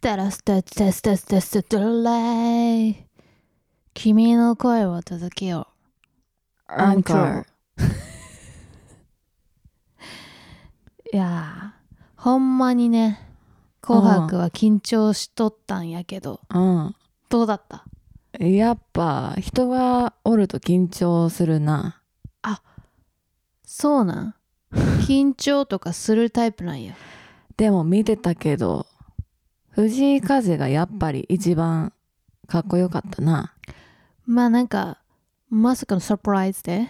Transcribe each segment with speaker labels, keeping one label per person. Speaker 1: タラスタスタスタスタスタドライ君の声を届けようアンコーいやーほんまにね「紅白」は緊張しとったんやけど
Speaker 2: う
Speaker 1: どうだった
Speaker 2: ん。やっぱ人がおると緊張するな。
Speaker 1: そうなん緊張とかするタイプなんや
Speaker 2: でも見てたけど、藤井風がやっぱり一番かっこよかったな。
Speaker 1: まあなんかまさかのサプライズで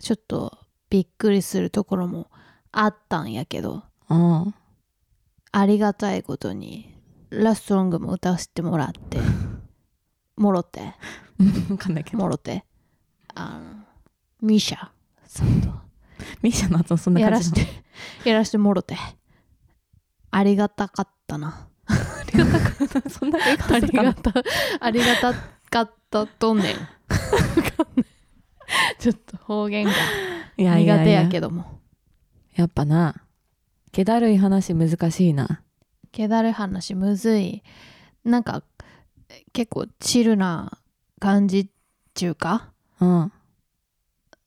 Speaker 1: ちょっとびっくりするところもあったんやけど
Speaker 2: うん。
Speaker 1: ありがたいことにラストロングも歌わせてもらってもろて
Speaker 2: わかんないけど。
Speaker 1: もろてあのミシャさんと
Speaker 2: ミシャの後そんな
Speaker 1: や
Speaker 2: 感
Speaker 1: ら
Speaker 2: じ
Speaker 1: し
Speaker 2: な
Speaker 1: て やらしてもろてありがたかったな
Speaker 2: の。そんな言い方
Speaker 1: あ
Speaker 2: す
Speaker 1: り
Speaker 2: る
Speaker 1: が
Speaker 2: かな
Speaker 1: たありがたかったとんねんわかんないちょっと方言が
Speaker 2: いやいや
Speaker 1: 苦
Speaker 2: い
Speaker 1: 手
Speaker 2: や
Speaker 1: やけども
Speaker 2: やっぱな。気だるい話難しいな。
Speaker 1: けだる話むずいなんかえ結構チルな感じっちゅうか
Speaker 2: うん。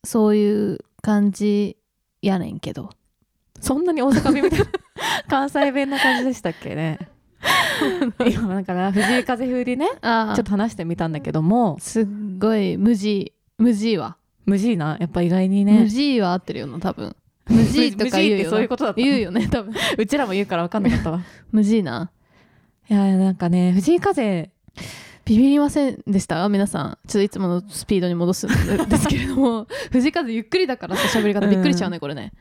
Speaker 1: そういう感じやねんけど
Speaker 2: そんなに大阪弁みたい な関西弁な感じでしたっけね。 今だから藤井風風にね、
Speaker 1: あ
Speaker 2: ちょっ
Speaker 1: あ
Speaker 2: と話してみたんだけども、
Speaker 1: すっごい無地無地は、
Speaker 2: 無事な、やっぱ意外に
Speaker 1: 無
Speaker 2: ね。
Speaker 1: 地は合ってるよな多分無地とか言う
Speaker 2: 無事って
Speaker 1: よ
Speaker 2: そうい
Speaker 1: な
Speaker 2: うことだったの
Speaker 1: 言うよね多分
Speaker 2: うちらも言うから分かんなか ったわ。
Speaker 1: 無地ない
Speaker 2: や、なんかね、藤井風、
Speaker 1: ビビりませんでした皆さんちょっといつものスピードに戻すんですけれども 藤井風ゆっくりだからさ喋り方びっくりしちゃうねこれね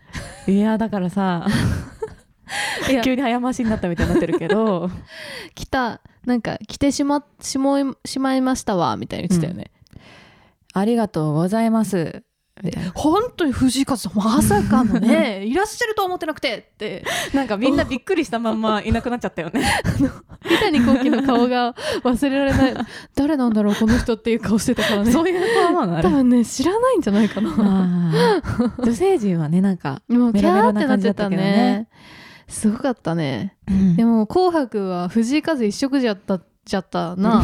Speaker 2: いや、だから さ、
Speaker 1: いや
Speaker 2: 急に早回しになったみたいになってるけど、
Speaker 1: 来たなんか来てしましもいしまいましたわみたいに言ってたよね、
Speaker 2: ありがとうございます。みたいな
Speaker 1: 本当に藤井風さんまさかのね いらっしゃると思ってなくてって
Speaker 2: なんかみんなびっくりしたまんまいなくなっちゃったよね。
Speaker 1: 三谷幸喜の顔が忘れられない誰なんだろうこの人っていう顔してたからね
Speaker 2: そういう子はもうあ
Speaker 1: 多
Speaker 2: れ。
Speaker 1: 分ね知らないんじゃないかな
Speaker 2: あ ー女性陣はね、なんか、
Speaker 1: もうキ
Speaker 2: メ
Speaker 1: ャ
Speaker 2: ロメ
Speaker 1: ー
Speaker 2: ロ
Speaker 1: って
Speaker 2: な
Speaker 1: なっ
Speaker 2: 感
Speaker 1: ち
Speaker 2: じ
Speaker 1: ゃ
Speaker 2: だ
Speaker 1: っ
Speaker 2: ったたけど
Speaker 1: ね
Speaker 2: ね
Speaker 1: すごかったね
Speaker 2: で
Speaker 1: で
Speaker 2: も
Speaker 1: も「紅白」は藤井風一色じゃったじゃったな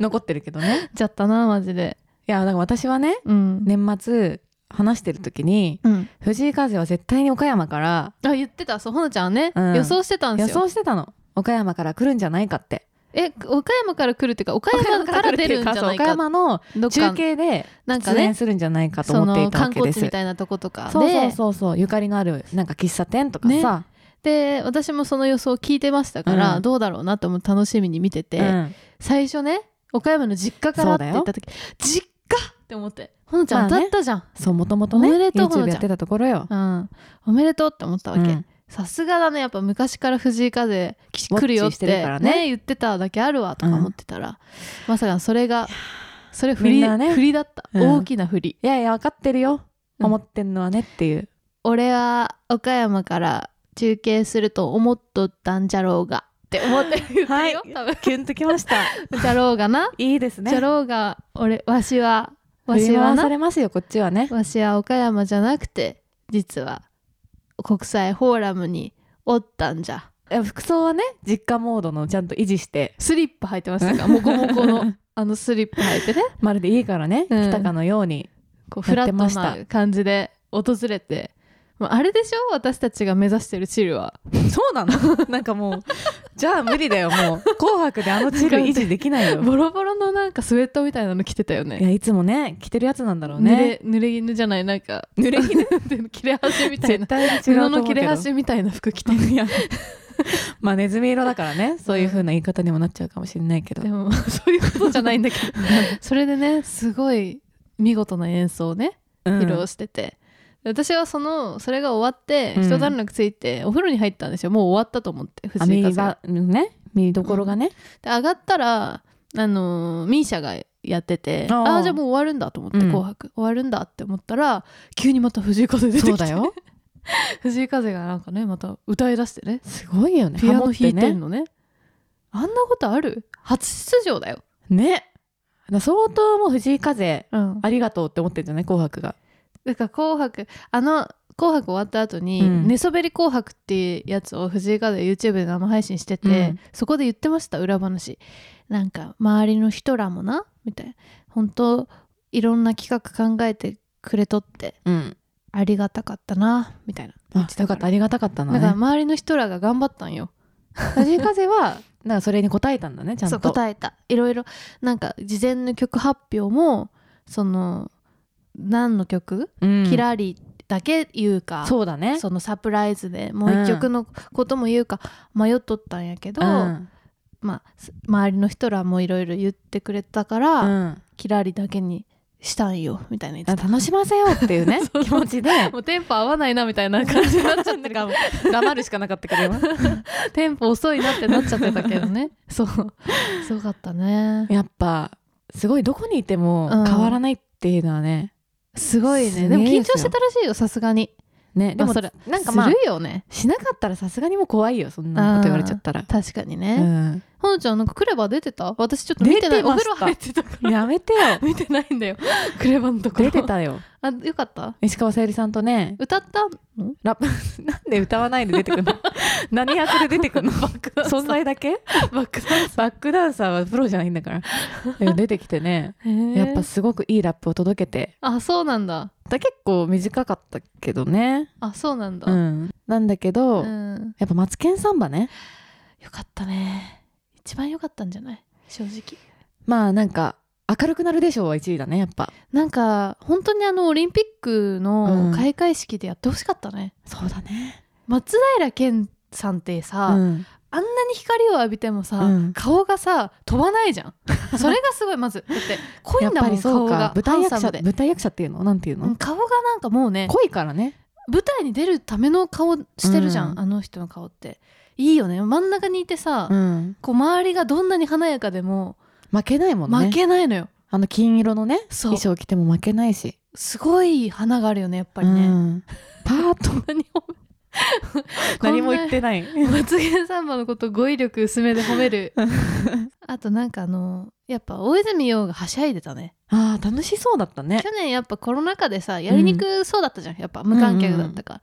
Speaker 2: 残ってるけどね。
Speaker 1: じゃったなマジで
Speaker 2: いや、だから私はね、
Speaker 1: うん、
Speaker 2: 年末話してる時に
Speaker 1: うん、
Speaker 2: 藤井風は絶対に岡山から
Speaker 1: あ言ってたそうほのちゃんはね、
Speaker 2: うん
Speaker 1: 予想してたんで
Speaker 2: 予
Speaker 1: すよ
Speaker 2: 想してたの岡山から来るんじゃないかって
Speaker 1: え岡山から来るっていうか岡山から出るんじゃ
Speaker 2: そう
Speaker 1: ない
Speaker 2: 岡
Speaker 1: か
Speaker 2: 山の
Speaker 1: どっか
Speaker 2: 中継で
Speaker 1: なんか
Speaker 2: 出
Speaker 1: ね
Speaker 2: 演するんじゃないかと
Speaker 1: そ
Speaker 2: 思って
Speaker 1: の
Speaker 2: いたわ
Speaker 1: 観
Speaker 2: けで
Speaker 1: 光
Speaker 2: す
Speaker 1: 地みたいなとことかで
Speaker 2: そうそうそうそうゆかりのあるなんか喫茶店とかさ、
Speaker 1: で私もその予想聞いてましたから、
Speaker 2: うん
Speaker 1: どうだろうなと思って楽しみに見てて、
Speaker 2: うん
Speaker 1: 最初ね岡山の実家からって言った時実家って思ってほのちゃん
Speaker 2: まあ
Speaker 1: 歌
Speaker 2: ね
Speaker 1: ったじゃん、
Speaker 2: そうもともとね
Speaker 1: おめでとうほのちゃん
Speaker 2: YouTube やってたところよ、
Speaker 1: うん、おめでとうって思ったわ
Speaker 2: う
Speaker 1: け
Speaker 2: ん
Speaker 1: さすがだねやっぱ昔から藤井風き
Speaker 2: ウォッチ
Speaker 1: 来るよっ
Speaker 2: しててるからね
Speaker 1: 言ってただけあるわとか思ってたら、まさかそれがそれ振
Speaker 2: みん
Speaker 1: り,、
Speaker 2: なね
Speaker 1: 振りだった、
Speaker 2: うん
Speaker 1: 大きな振り
Speaker 2: いやいや分かってるよ、
Speaker 1: うん
Speaker 2: 思ってんのはねっていう
Speaker 1: 俺は岡山から中継すると思っとったんじゃろうがって思って言ってるよ、
Speaker 2: はい
Speaker 1: 多分
Speaker 2: キュンときました
Speaker 1: じゃろうがな、
Speaker 2: いい です
Speaker 1: じゃ
Speaker 2: ね
Speaker 1: ろうが俺わしはわ
Speaker 2: 振
Speaker 1: し
Speaker 2: り
Speaker 1: は
Speaker 2: 回さ
Speaker 1: な
Speaker 2: れますよこっちはね
Speaker 1: わしは岡山じゃなくて実は国際フォーラムにおったんじゃ
Speaker 2: え服装はね実家モードのちゃんと維持して
Speaker 1: スリッパ履いてましたからモコモコ のあのスリッパ履いてね
Speaker 2: まるでいいからね、
Speaker 1: うん
Speaker 2: 来たかのように
Speaker 1: こうフ
Speaker 2: や
Speaker 1: ラ
Speaker 2: って
Speaker 1: ッ
Speaker 2: まし
Speaker 1: ト
Speaker 2: た
Speaker 1: な感じで訪れてまああれでしょ私たちが目指してるチルは
Speaker 2: そうなの なんかもうじゃあ無理だよもう「紅白」であのチル維持できないよ
Speaker 1: ボロボロのなんかスウェットみたいなの着てたよね
Speaker 2: いやいつもね着てるやつなんだろうね
Speaker 1: 濡れ濡れ衣じゃないなんか
Speaker 2: 濡れ衣
Speaker 1: 切れ端みたいな
Speaker 2: 絶対に違う
Speaker 1: 布
Speaker 2: と思
Speaker 1: の
Speaker 2: う
Speaker 1: 切
Speaker 2: け
Speaker 1: れ
Speaker 2: ど
Speaker 1: 端みたいな服着て
Speaker 2: いやまあネズミ色だからねそういう風な言い方にもなっちゃうかもしれないけど、
Speaker 1: でもそういうことじゃないんだけど それでねすごい見事な演奏をね
Speaker 2: うん
Speaker 1: 披露してて、私はそのそれが終わって
Speaker 2: うん
Speaker 1: 一段落ついてお風呂に入ったんですよもう終わったと思って
Speaker 2: あ
Speaker 1: 藤井
Speaker 2: 見
Speaker 1: 風が
Speaker 2: 場ね見どころが ね、
Speaker 1: で上がったらあのーミーシャがやってて
Speaker 2: あー
Speaker 1: ああーじゃあもう終わるんだと思って「
Speaker 2: うん
Speaker 1: 紅白」終わるんだって思ったら急にまた藤井風出てきて
Speaker 2: そうだよ
Speaker 1: 藤井風がなんかねまた歌いだしてね
Speaker 2: すごいよね
Speaker 1: ピアノ弾いてん
Speaker 2: ね
Speaker 1: のねあんなことある初出場だよ、
Speaker 2: ねだから相当もう藤井風
Speaker 1: うん、
Speaker 2: ありがとうって思ってるんじゃない紅白が
Speaker 1: だから「紅白」あの紅白終わった後に、
Speaker 2: うん
Speaker 1: 寝そべり紅白ってやつを藤井風 YouTube で生配信してて、
Speaker 2: うん
Speaker 1: そこで言ってました裏話なんか周りの人らもなみたいな本当いろんな企画考えてくれとって
Speaker 2: うん
Speaker 1: ありがたかったなみたいな
Speaker 2: あよかったありがたかっ
Speaker 1: だ
Speaker 2: たな、
Speaker 1: か
Speaker 2: ね、
Speaker 1: ら周りの人らが頑張ったんよ
Speaker 2: 藤井風はなんかそれに答えたんだねちゃん
Speaker 1: そ
Speaker 2: と
Speaker 1: う答えたいろいろなんか事前の曲発表もその何の曲、
Speaker 2: うん
Speaker 1: キラリだけ言うか
Speaker 2: そうだね
Speaker 1: そのサプライズでもう一曲のことも言うか迷っとったんやけど、
Speaker 2: うん
Speaker 1: まあす周りの人らもいろいろ言ってくれたか
Speaker 2: う
Speaker 1: ら、
Speaker 2: ん、
Speaker 1: キラリだけにしたんよみたいな言って
Speaker 2: あ
Speaker 1: た
Speaker 2: 楽しませようっていう ね気持ち で
Speaker 1: もうテンポ合わないなみたいな感じになっ ちゃってる
Speaker 2: 黙るしかなかったけど今
Speaker 1: テンポ遅いなってなっちゃってたけど ねそうすごかったね
Speaker 2: やっぱすごいどこにいても
Speaker 1: うん
Speaker 2: 変わらないっていうのはね、
Speaker 1: すごいね
Speaker 2: すげえ
Speaker 1: でも
Speaker 2: ですよ
Speaker 1: 緊張してたらしいよさすがに
Speaker 2: ねでも
Speaker 1: まあそれ
Speaker 2: なんかまあ
Speaker 1: するよね
Speaker 2: しなかったらさすがにもう怖いよそんなこと言われちゃったら、
Speaker 1: 確かに
Speaker 2: う
Speaker 1: ね、
Speaker 2: ん、
Speaker 1: ほのちゃんなんかクレバ出てた私ちょっと見てない
Speaker 2: 出て
Speaker 1: お
Speaker 2: まし
Speaker 1: 風
Speaker 2: た
Speaker 1: 呂入ってたから
Speaker 2: やめてよ
Speaker 1: 見てないんだよクレバのところ
Speaker 2: 出てたよ
Speaker 1: あよかった
Speaker 2: 石川さゆりさんとね
Speaker 1: 歌ったの
Speaker 2: ラップ なんで歌わないで出てくるの 何役で出てくるの存在だけ
Speaker 1: バックダンス
Speaker 2: バックダンサーはプロじゃないんだからで も出てきてねやっぱすごくいいラップを届けて
Speaker 1: あそうなんだ
Speaker 2: だ結構短かったけどね、
Speaker 1: あそうなんだ、
Speaker 2: うん、なんだけど、
Speaker 1: うん
Speaker 2: やっぱマツケンサンバね
Speaker 1: よかったね一番よかったんじゃない正直
Speaker 2: まあなんか明るくなるでしょうは1位だねやっぱ
Speaker 1: なんか本当にあのオリンピックの
Speaker 2: うん
Speaker 1: 開会式でやってほしかったね、
Speaker 2: そうだね
Speaker 1: 松平健さんってさ、
Speaker 2: うん、
Speaker 1: あんなに光を浴びてもさ、
Speaker 2: うん
Speaker 1: 顔がさ飛ばないじゃんそれがすごいまずだって濃い
Speaker 2: や
Speaker 1: ん
Speaker 2: っ
Speaker 1: だ
Speaker 2: ぱ
Speaker 1: も
Speaker 2: り
Speaker 1: ん
Speaker 2: そ
Speaker 1: 顔
Speaker 2: うか
Speaker 1: が
Speaker 2: 舞台役
Speaker 1: ハンサ
Speaker 2: 者
Speaker 1: ムで
Speaker 2: 舞台役者っていうのなんていうの、
Speaker 1: うん顔がなんかもうね
Speaker 2: 濃いからね
Speaker 1: 舞台に出るための顔してるじゃん、
Speaker 2: うん
Speaker 1: あの人の顔っていいよね真ん中にいてさ、
Speaker 2: ん
Speaker 1: こう周りがどんなに華やかでも
Speaker 2: 負けないもんね
Speaker 1: 負けないのよ
Speaker 2: あの金色のね
Speaker 1: そう
Speaker 2: 衣装着ても負けないし
Speaker 1: すごい花があるよねやっぱりね、
Speaker 2: うんパー ト
Speaker 1: 何を
Speaker 2: 何も言ってて ない
Speaker 1: まつげサンバのこと語彙力薄めで褒め るあとなんかあのやっぱ大泉洋がはしゃいでたね
Speaker 2: あー楽しそうだったね
Speaker 1: 去年やっぱコロナ禍でさやりにくそうだったじゃん、やっぱ無観客だったから、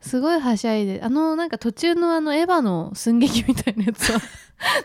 Speaker 1: すごいはしゃいであのなんか途中のあのエヴァの寸劇みたいなや つは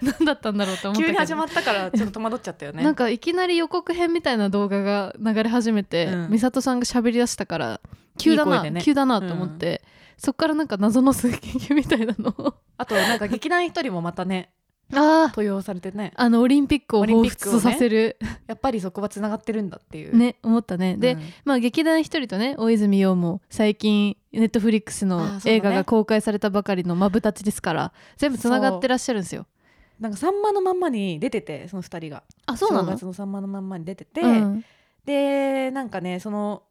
Speaker 1: 何だったんだろうと思ったけど
Speaker 2: ったからちょっと戸惑っちゃったよ
Speaker 1: なんかいきなり予告編みたいな動画が流れ始めて、
Speaker 2: うん
Speaker 1: 美里さんが喋り出したから急だ
Speaker 2: いい
Speaker 1: な
Speaker 2: 声でね
Speaker 1: 急だなと思って、そっからなんか謎の寸劇みたいなのを
Speaker 2: あとなんか劇団一人もまたね
Speaker 1: あー
Speaker 2: 登用されてね
Speaker 1: あのオリンピックを
Speaker 2: オリン
Speaker 1: 彷
Speaker 2: ピックを
Speaker 1: 彿
Speaker 2: ね
Speaker 1: とさせる
Speaker 2: やっぱりそこはつながってるんだってい
Speaker 1: ね思ったねで、まあ劇団一人とね大泉洋も最近ネットフリックス
Speaker 2: あー
Speaker 1: の
Speaker 2: そうだね
Speaker 1: 映画が公開されたばかりの「マブダチ」ですから全部つながってらっしゃるんですよ。
Speaker 2: なんか「さんまのまんま」に出ててその2人が
Speaker 1: あそうなの
Speaker 2: 正月の「さんまのまんま」に出てて、
Speaker 1: うん
Speaker 2: でなんかねその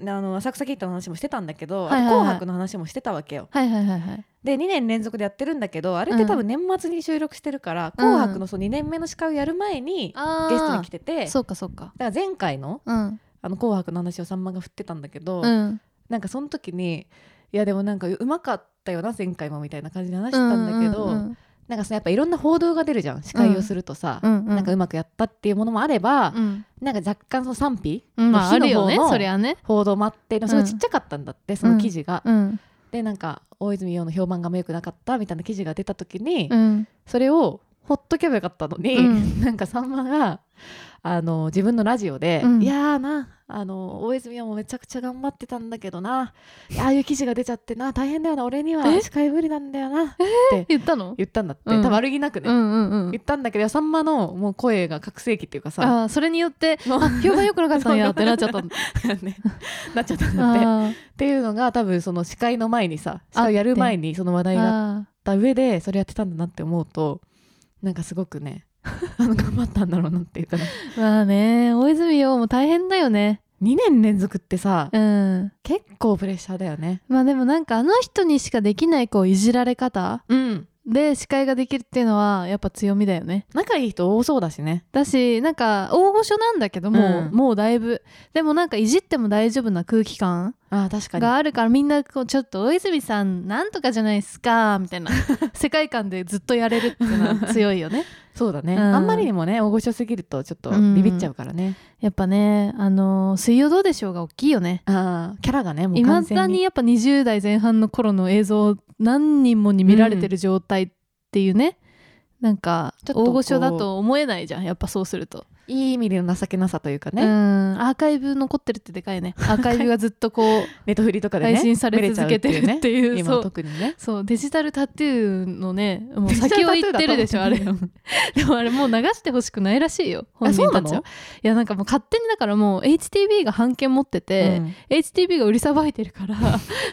Speaker 2: あの浅草キッドの話もしてたんだけど、
Speaker 1: はいはいはい
Speaker 2: あと紅白の話もしてたわけよ
Speaker 1: はいはいはいはい。
Speaker 2: で2年連続でやってるんだけどあれって多分年末に収録してるから「紅白」のその2年目の司会をやる前に
Speaker 1: あ
Speaker 2: ゲストに来てて、だ
Speaker 1: そうかそうか。
Speaker 2: から前回の
Speaker 1: うん、
Speaker 2: 「あの紅白」の話をさんまが振ってたんだけど、
Speaker 1: うん、
Speaker 2: なんかその時に「いやでもなんかうまかったよな前回も」みたいな感じで話してたんだけど、
Speaker 1: うんうん
Speaker 2: なんかさやっぱいろんな報道が出るじゃん司会をするとさ、
Speaker 1: うんうん、
Speaker 2: なんかうまくやったっていうものもあれば、
Speaker 1: うん
Speaker 2: なんか若干その賛否
Speaker 1: うんまあ、あ
Speaker 2: 火の
Speaker 1: るよ
Speaker 2: 方
Speaker 1: ね
Speaker 2: の
Speaker 1: そりゃね、
Speaker 2: 報道もあってでもそれがちっちゃかったんだって、その記事が。
Speaker 1: うん
Speaker 2: でなんか大泉洋の評判があんま良くなかったみたいな記事が出た時に、
Speaker 1: うん、
Speaker 2: それをほっとけばよかったのに、
Speaker 1: うん
Speaker 2: なんかさんまがあの自分のラジオで「
Speaker 1: うん
Speaker 2: いやーなあの大泉洋もめちゃくちゃ頑張ってたんだけどなああいう記事が出ちゃってな大変だよな俺には
Speaker 1: え
Speaker 2: 司会無理なんだよな」
Speaker 1: 言ったの
Speaker 2: 言ったんだって、
Speaker 1: うん
Speaker 2: 多分悪気なくね、
Speaker 1: うんうんう
Speaker 2: 言
Speaker 1: ん
Speaker 2: ったんだけどさんまのもう声が覚醒器っていうかさ
Speaker 1: あーそれによって
Speaker 2: もう
Speaker 1: あ評判良くなかったんやってなっちゃったんだ
Speaker 2: ねなっちゃったんだって。っ
Speaker 1: あー
Speaker 2: ていうのが多分その司会の前にさ司会をやる前にその話題があっ
Speaker 1: あ
Speaker 2: た上でそれやってたんだなって思うとなんかすごくね あの頑張ったんだろうなっていうかね
Speaker 1: ーまあね大泉洋も大変だよね
Speaker 2: 2年連続ってさ
Speaker 1: うん
Speaker 2: 結構プレッシャーだよね
Speaker 1: まあでもなんかあの人にしかできないこういじられ方
Speaker 2: うん
Speaker 1: で司会ができるっていうのはやっぱ強みだよね
Speaker 2: 仲いい人多そうだしね
Speaker 1: だしなんか大御所なんだけども、
Speaker 2: うん
Speaker 1: もうだいぶでもなんかいじっても大丈夫な空気感
Speaker 2: あー確かに
Speaker 1: があるからみんなこうちょっと大泉 さんなんとかじゃないですかみたいな世界観でずっとやれるっていうのは強いよね
Speaker 2: そうだね、
Speaker 1: うん
Speaker 2: あんまりにもね大御所すぎるとちょっとビビっちゃうからね、
Speaker 1: やっぱねあの水曜どうでしょう」が大きいよね
Speaker 2: あーキャラがねもう
Speaker 1: いま
Speaker 2: 完全
Speaker 1: だにやっぱ20代前半の頃の映像を何人もに見られてる状態っていうね、なんか
Speaker 2: ちょっとこう
Speaker 1: 大御所だと思えないじゃんやっぱそうすると、
Speaker 2: いい意味での情けなさというかね、
Speaker 1: うんアーカイブ残ってるってでかいねアーカイブがずっと こう
Speaker 2: ネットフリとかでね
Speaker 1: 配信され続けてるっていう
Speaker 2: 見れちゃうっていうね
Speaker 1: そう
Speaker 2: 今特にね
Speaker 1: そうデジタルタトゥーのねもう先を行ってるでしょあ れでもあれもう流してほしくないらしいよ本
Speaker 2: あそ
Speaker 1: 人
Speaker 2: うな
Speaker 1: たちは
Speaker 2: の
Speaker 1: い、やなんかもう勝手にだからもう HTB が版権持ってて、HTB が売りさばいてる から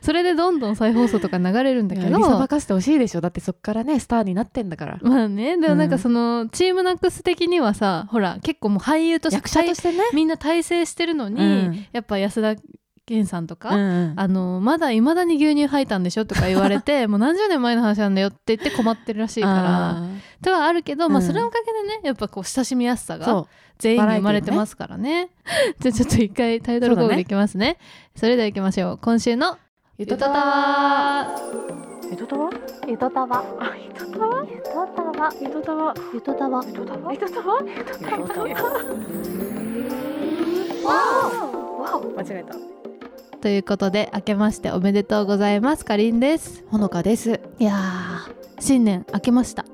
Speaker 1: それでどんどん再放送とか流れるんだ
Speaker 2: だ
Speaker 1: け
Speaker 2: け
Speaker 1: ど
Speaker 2: どさばかしてほしいでしょだってそっからねスターになってんだから
Speaker 1: まあねでもなん
Speaker 2: う
Speaker 1: か
Speaker 2: ん
Speaker 1: そのチームナックス的にはさほら結構もう俳優として
Speaker 2: 役者としてね、
Speaker 1: みんな大成してるのに、
Speaker 2: うん
Speaker 1: やっぱ安田健さんとか、
Speaker 2: うん
Speaker 1: あのまだいまだに牛乳吐いたんでしょとか言われ てもう何十年前の話なんだよって言って困ってるらしいから
Speaker 2: あ
Speaker 1: とはあるけど、まあ、
Speaker 2: うん
Speaker 1: それのおかげでねやっぱこう親しみやすさ
Speaker 2: ー
Speaker 1: が
Speaker 2: そ
Speaker 1: 全員に
Speaker 2: バラ
Speaker 1: 生まれ
Speaker 2: エティーのね
Speaker 1: てますからね じゃあちょっと一回タイトルコールいきますねそれではいきましょう今週の
Speaker 2: う
Speaker 1: ゆ
Speaker 2: ゆ
Speaker 1: とたわ
Speaker 2: ゆとたわ
Speaker 3: ゆとたわ。ゆとたわ。ゆとたわ。ゆとたわ。ゆとたわ。ゆとたわ。ゆとたわ。ゆとたわ。
Speaker 2: 間違えた
Speaker 1: ということで明けましておめでとうございますかりんです
Speaker 2: ほのかです
Speaker 1: いやー新年明けました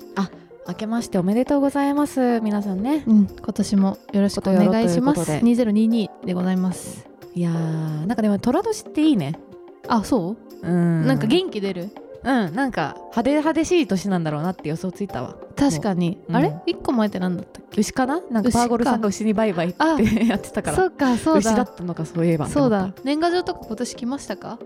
Speaker 2: 明けましておめでとうございます皆さんね
Speaker 1: うん今年もよろしくお願いします
Speaker 2: ことよろと
Speaker 1: 2022でございます
Speaker 2: いやーなんかでも寅年っていいね
Speaker 1: あそう
Speaker 2: うん
Speaker 1: なんか元気出る
Speaker 2: うんなんか派手派手しい年なんだろうなって予想ついたわ
Speaker 1: 確かに、
Speaker 2: うん
Speaker 1: あれ一個前ってなんだったっけ
Speaker 2: 牛かななんか
Speaker 1: 牛か
Speaker 2: パーゴルさんが牛にバイバイって
Speaker 1: あ
Speaker 2: やってたから
Speaker 1: そうかそう
Speaker 2: 牛だ
Speaker 1: だ
Speaker 2: ったのかそういえばって
Speaker 1: そ
Speaker 2: 思
Speaker 1: う
Speaker 2: った
Speaker 1: だ年賀状とか今年来ましたか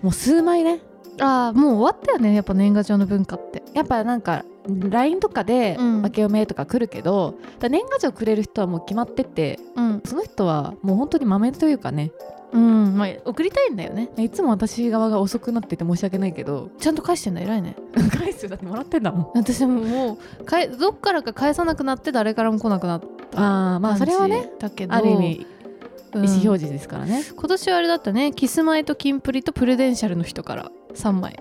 Speaker 2: もう数枚ね
Speaker 1: あーもう終わったよねやっぱ年賀状の文化って
Speaker 2: やっぱなんか LINE とかで
Speaker 1: うん
Speaker 2: 明けおめとか来るけど、だから年賀状くれる人はもう決まってて
Speaker 1: うん
Speaker 2: その人はもう本当に豆というかね
Speaker 1: うんまあ送りたいんだよね
Speaker 2: いつも私側が遅くなってて申し訳ないけど
Speaker 1: ちゃんと返してんだ偉いね
Speaker 2: 返すよだってもらってんだもん
Speaker 1: 私でももうかえどっからか返さなくなって誰からも来なくなった
Speaker 2: ああまあそれはね
Speaker 1: だけど
Speaker 2: ある意味意
Speaker 1: うん
Speaker 2: 思表示ですからね、
Speaker 1: 今年はあれだったねキスマイとキンプリとプレデンシャルの人から3枚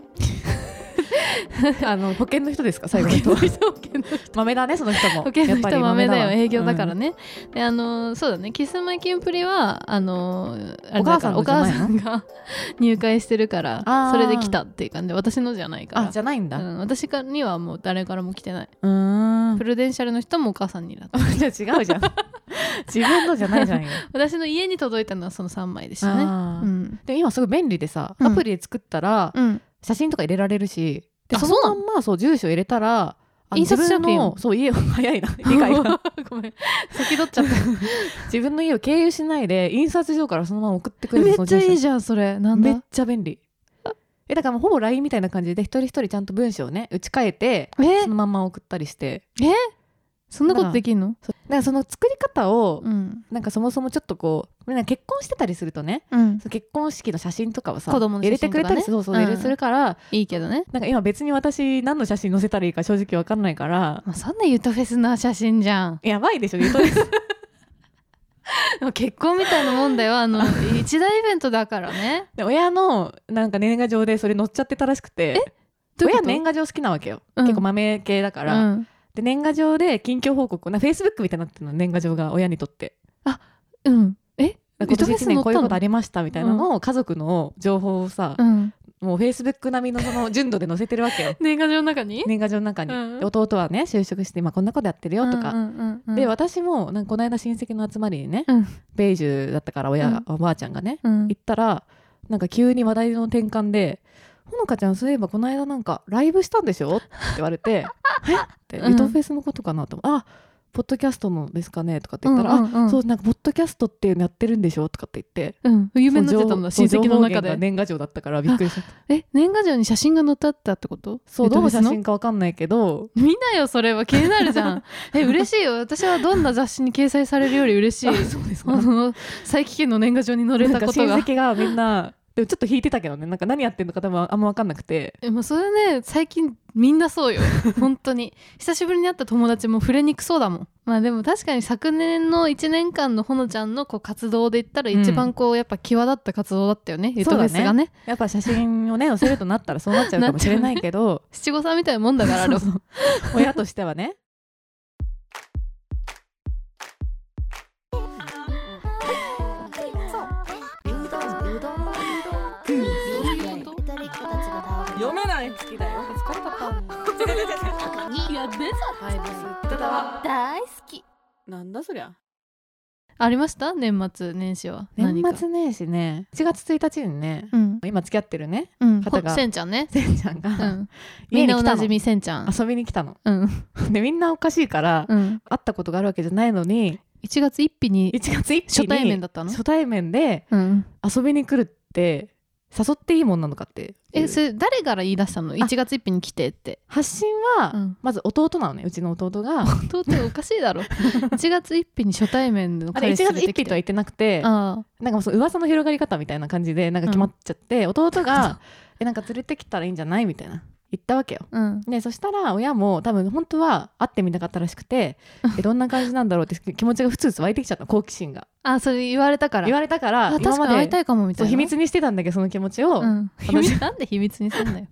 Speaker 2: あの保険の人ですか最後の人は
Speaker 1: 保険の人
Speaker 2: 豆だねその人も
Speaker 1: 保険の
Speaker 2: やっぱり
Speaker 1: 人豆だよ
Speaker 2: わ
Speaker 1: 営業だからね、であのそうだねキスマイキンプリはあのあれ
Speaker 2: お
Speaker 1: だか
Speaker 2: 母さ
Speaker 1: ら
Speaker 2: んの
Speaker 1: お
Speaker 2: じゃ
Speaker 1: 母
Speaker 2: ない
Speaker 1: さ
Speaker 2: の
Speaker 1: んが 入会してるから
Speaker 2: あー
Speaker 1: それで来たっていう感じで私のじゃない
Speaker 2: うん
Speaker 1: から
Speaker 2: あじゃないんだ
Speaker 1: う、
Speaker 2: うん
Speaker 1: 私からにはもう誰からも来てない、
Speaker 2: ーん
Speaker 1: プルデンシャルの人もお母さんにだった
Speaker 2: じゃあ違うじゃん 自分のじゃないじゃんよ、
Speaker 1: 私の家に届いたの はその3枚でしたね
Speaker 2: あ
Speaker 1: う
Speaker 2: ー
Speaker 1: ん、
Speaker 2: でも今すごい便利でさ
Speaker 1: うん
Speaker 2: アプリで作ったら
Speaker 1: うん、
Speaker 2: 写真とか入れられるし、で
Speaker 1: あ
Speaker 2: そのまんまそう住所入れたらあの
Speaker 1: 印刷しなくていいの
Speaker 2: 自分のそ う家を早 いな理解が
Speaker 1: ごめん先取っちゃった
Speaker 2: 自分の家を経由しないで印刷所からそのまま送ってくれる
Speaker 1: め
Speaker 2: そ
Speaker 1: っ
Speaker 2: の
Speaker 1: ちゃ
Speaker 2: 住所
Speaker 1: いいじゃんそれなん
Speaker 2: めっ
Speaker 1: だ
Speaker 2: ちゃ便利えだからもうほぼ LINE みたいな感じで一人一人ちゃんと文章をね打ち替えて
Speaker 1: え
Speaker 2: そのまんま送ったりして
Speaker 1: そんなことできんの
Speaker 2: そうなんかその作り方を、
Speaker 1: うん、
Speaker 2: なんかそもそもちょっとこうみんな結婚してたりするとね
Speaker 1: うん、
Speaker 2: そう結婚式の写真とかはさ
Speaker 1: 子供の
Speaker 2: 入
Speaker 1: 写
Speaker 2: れて
Speaker 1: 真と
Speaker 2: く
Speaker 1: かね
Speaker 2: れたりするそうそう入れするから、
Speaker 1: いいけどね
Speaker 2: なんか今別に私何の写真載せたらいいか正直わかんないから
Speaker 1: まあそんなゆとフェスな写真じゃん
Speaker 2: やばいでしょゆとりさん
Speaker 1: でも結婚みたいなもんだよあ の一大イベントだからね
Speaker 2: で親のなんか年賀状でそれ載っちゃってたらしくて親年
Speaker 1: 賀
Speaker 2: 賀状好きなわけよ、
Speaker 1: うん
Speaker 2: 結構豆系だか、
Speaker 1: から
Speaker 2: で年賀状で近況報告なフェイスブックみたいになってるの年賀状が親にとって
Speaker 1: うん、うん、え
Speaker 2: 今年1年こういうことあ
Speaker 1: れ
Speaker 2: りましたみたいなのを家族の情報をさ、
Speaker 1: うん
Speaker 2: もうフェイスブック並みのその純度で載せてるわけよ
Speaker 1: 年賀状の中に
Speaker 2: 年賀状の中に、
Speaker 1: うん
Speaker 2: で弟はね就職して今こんなことやってるよと
Speaker 1: う
Speaker 2: か、
Speaker 1: んうんうん
Speaker 2: で私もなんかこの間親戚の集まりにね、
Speaker 1: うん
Speaker 2: ベージュだったから親、
Speaker 1: うん
Speaker 2: おばあちゃんがね
Speaker 1: うん
Speaker 2: 行ったらなんか急に話題の転換で「ほのかちゃんそういえばこの間なんかライブしたんでしょ?」って言わ れて「えっ?」て「
Speaker 1: うん
Speaker 2: ゆとフェスのことかな?」と思って「あポッドキャストのですかね?」とかって言ったら「
Speaker 1: うんうんう
Speaker 2: あ
Speaker 1: ん
Speaker 2: そうなんかポッドキャストっていうのやってるんでしょ?」とかって言って。
Speaker 1: うん夢になってたんだ
Speaker 2: そ
Speaker 1: 親
Speaker 2: う情
Speaker 1: 戚の中
Speaker 2: 情報源が
Speaker 1: で
Speaker 2: 年賀状だっ たからびっくりしちゃった
Speaker 1: え年賀状に写真が載ってあったってこと
Speaker 2: そう
Speaker 1: ゆと
Speaker 2: ど
Speaker 1: フ
Speaker 2: の
Speaker 1: ェス
Speaker 2: 写
Speaker 1: の
Speaker 2: 真かわかんないけど
Speaker 1: 見なよそれは気になるじゃ んえ嬉しいよ私はどんな雑誌に掲載されるより嬉しい
Speaker 2: あ そうです
Speaker 1: あの 佐伯家の年賀状に載れ
Speaker 2: な
Speaker 1: た
Speaker 2: んか
Speaker 1: こと
Speaker 2: 親
Speaker 1: が
Speaker 2: 戚がみんなでもちょっと引いてたけどねなんか何やってんのか多分あんま分かんなくて
Speaker 1: えもうそれね最近みんなそう よ本当に久しぶりに会った友達も触れにくそうだもんまあでも確かに昨年の1年間のほのちゃんのこう活動で言ったら
Speaker 2: うん
Speaker 1: 一番こう、やっぱ際立った活動だったよねゆと
Speaker 2: そう
Speaker 1: フ
Speaker 2: だ
Speaker 1: ェ
Speaker 2: ね
Speaker 1: スがね
Speaker 2: やっぱ写真をね載せるとなったらそうなっちゃうかもしれないけど
Speaker 1: 七五三みたいなもんだからあれも
Speaker 2: そうそう親としてはね
Speaker 1: バイブス
Speaker 3: 大好き
Speaker 4: なんだそりゃ
Speaker 1: ありました年末年始は
Speaker 2: 年
Speaker 1: 何か
Speaker 2: 末年始ね1月1日にね、
Speaker 1: うん
Speaker 2: 今付き合ってるね
Speaker 1: うん
Speaker 2: 方が
Speaker 1: せんちゃんね
Speaker 2: せんちゃんが、
Speaker 1: うんみ
Speaker 2: 家
Speaker 1: ん
Speaker 2: に
Speaker 1: な
Speaker 2: 来
Speaker 1: お
Speaker 2: た
Speaker 1: な
Speaker 2: の
Speaker 1: じみせんちゃん
Speaker 2: 遊びに来たの
Speaker 1: うん
Speaker 2: でみんなおかしいから、
Speaker 1: うん
Speaker 2: 会ったことがあるわけじゃないのに
Speaker 1: 1月1日に
Speaker 2: 1月1日に
Speaker 1: 初対面だったの
Speaker 2: 初対面で
Speaker 1: うん
Speaker 2: 遊びに来るって誘っていいもんなのかっていう
Speaker 1: えそれ誰から言い出したの1月1日に来てって
Speaker 2: 発信は、
Speaker 1: うん
Speaker 2: まず弟なのねうちの弟が
Speaker 1: 到底おかしい だろ1月1日に初対面の
Speaker 2: あれ1
Speaker 1: 彼氏
Speaker 2: 月
Speaker 1: 連れ
Speaker 2: 1
Speaker 1: て
Speaker 2: 日
Speaker 1: き
Speaker 2: とは言
Speaker 1: て
Speaker 2: ってなくて
Speaker 1: あ
Speaker 2: なんかもうその噂の広がり方みたいな感じでなんか決まっちゃって、弟が「 えなんか連れてきたらいいんじゃない?」みたいな言ったわけよ。
Speaker 1: あうん
Speaker 2: でそしたら親も多分本当は会ってみたかったらし くてえどんな感じなんだろうって気持ちがふつふつ湧いてきちゃった好奇心が
Speaker 1: あそれ言われたから
Speaker 2: 言われたから
Speaker 1: あ確かに会いたいかもみた
Speaker 2: そ
Speaker 1: いうな
Speaker 2: 秘密にしてたんだけどその気持ちを、
Speaker 1: うん秘
Speaker 2: 私
Speaker 1: 密なんで秘密にすんなよ